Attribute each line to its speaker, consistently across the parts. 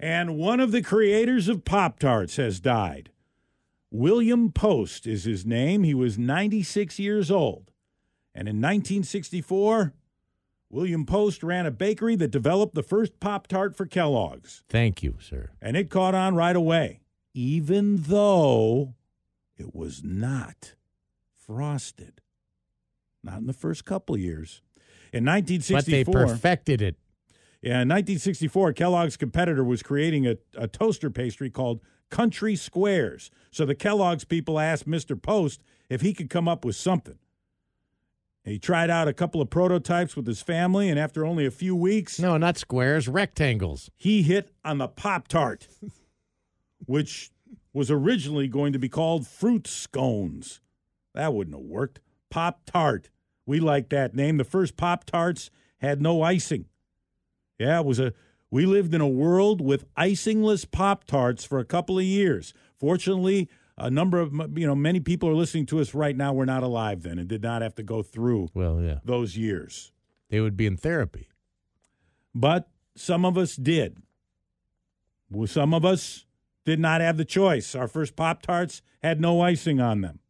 Speaker 1: And one of the creators of Pop Tarts has died. William Post is his name. He was 96 years old. And in 1964, William Post ran a bakery that developed the first Pop Tart for Kellogg's.
Speaker 2: Thank you, sir.
Speaker 1: And it caught on right away, even though it was not frosted. Not in the first couple years. In
Speaker 2: But they
Speaker 1: 1964,
Speaker 2: perfected it.
Speaker 1: yeah, in 1964, Kellogg's competitor was creating a, a toaster pastry called Country Squares. So the Kellogg's people asked Mr. Post if he could come up with something. He tried out a couple of prototypes with his family, and after only a few weeks,
Speaker 2: No, not squares, rectangles.
Speaker 1: he hit on the Pop Tart, which was originally going to be called Fruit Scones. That wouldn't have worked. Pop Tart. We like that name. The first Pop Tarts had no icing. Yeah, it was a. We lived in a world with icingless Pop Tarts for a couple of years. Fortunately, a number of m- you know many people are listening to us right now. We're not alive then and did not have to go through
Speaker 2: Well, yeah.
Speaker 1: those years
Speaker 2: They would be in therapy.
Speaker 1: but some of us did. Well, Some of us did not have the choice. Our first Pop Tarts had no icing on them.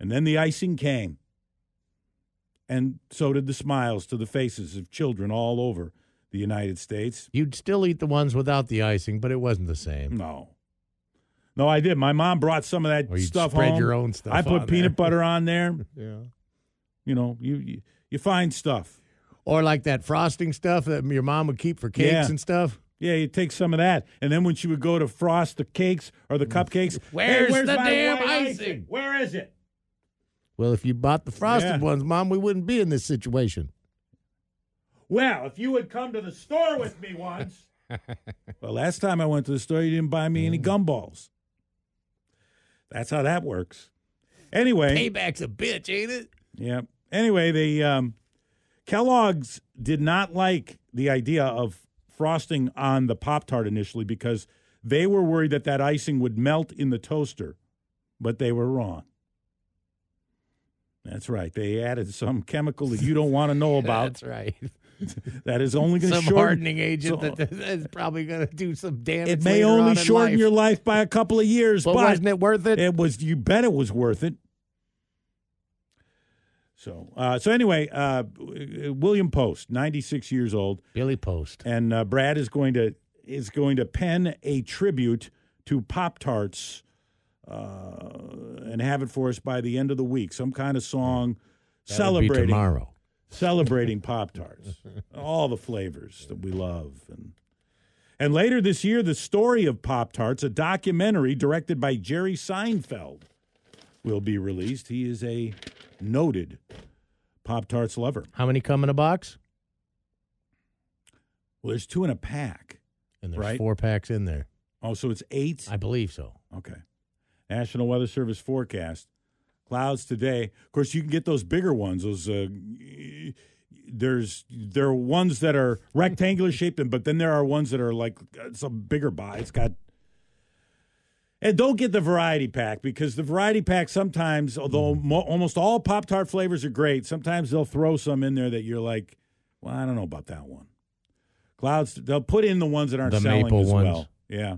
Speaker 1: And then the icing came. And so did the smiles to the faces of children all over the United States.
Speaker 2: You'd still eat the ones without the icing, but it wasn't the same.
Speaker 1: No. No, I did. My mom brought some of that
Speaker 2: Or you'd
Speaker 1: stuff
Speaker 2: spread
Speaker 1: home.
Speaker 2: your own stuff
Speaker 1: I put
Speaker 2: on
Speaker 1: peanut
Speaker 2: there.
Speaker 1: butter on there.
Speaker 2: Yeah.
Speaker 1: You know, you you, you find stuff.
Speaker 2: Or like that frosting stuff that your mom would keep for cakes
Speaker 1: Yeah.
Speaker 2: and stuff.
Speaker 1: Yeah, you take some of that, and then when she would go to frost the cakes or the cupcakes,
Speaker 2: Where's the
Speaker 1: my
Speaker 2: damn
Speaker 1: white
Speaker 2: icing?
Speaker 1: Where is it?
Speaker 2: Well, if you bought the frosted
Speaker 1: Yeah.
Speaker 2: ones, mom, we wouldn't be in this situation.
Speaker 1: Well, if you had come to the store with me once. well, last time I went to the store, you didn't buy me any
Speaker 2: Mm.
Speaker 1: gumballs. That's how that works. Anyway,
Speaker 2: Payback's a bitch, ain't it?
Speaker 1: Yeah. Anyway, the um, Kellogg's did not like the idea of frosting on the Pop Tart initially because they were worried that that icing would melt in the toaster, but they were wrong. That's right. They added some chemical that you don't want to know about.
Speaker 2: That's right.
Speaker 1: that is only going to
Speaker 2: Some
Speaker 1: shorten.
Speaker 2: hardening agent
Speaker 1: so-
Speaker 2: that is probably going to do some damage.
Speaker 1: it may
Speaker 2: later on
Speaker 1: only
Speaker 2: in
Speaker 1: shorten
Speaker 2: life.
Speaker 1: your life by a couple of years,
Speaker 2: But
Speaker 1: but
Speaker 2: wasn't it worth it?
Speaker 1: It was. You bet it was worth it. So, uh, so anyway, uh, William Post, ninety-six years old,
Speaker 2: Billy Post.
Speaker 1: and uh, Brad is going to is going to pen a tribute to Pop Tarts, uh, and have it for us by the end of the week. Some kind of song
Speaker 2: That'll be
Speaker 1: celebrating
Speaker 2: tomorrow.
Speaker 1: celebrating Pop Tarts, all the flavors that we love. And, and later this year, the story of Pop Tarts, a documentary directed by Jerry Seinfeld, will be released. He is a noted Pop Tarts lover.
Speaker 2: How many come in a box?
Speaker 1: Well, there's two in a pack.
Speaker 2: And there's
Speaker 1: Right.
Speaker 2: four packs in there.
Speaker 1: Oh, so it's eight?
Speaker 2: I believe so.
Speaker 1: Okay. National Weather Service forecast. Clouds today. Of course, you can get those bigger ones. Those uh, there's there are ones that are rectangular shaped, and but then there are ones that are like uh, some bigger buy. It's got. And don't get the variety pack because the variety pack sometimes, although
Speaker 2: Hmm.
Speaker 1: mo- almost all Pop Tart flavors are great, sometimes they'll throw some in there that you're like, well, I don't know about that one. Clouds, they'll put in the ones that aren't
Speaker 2: The
Speaker 1: selling
Speaker 2: maple
Speaker 1: as
Speaker 2: ones.
Speaker 1: well. Yeah,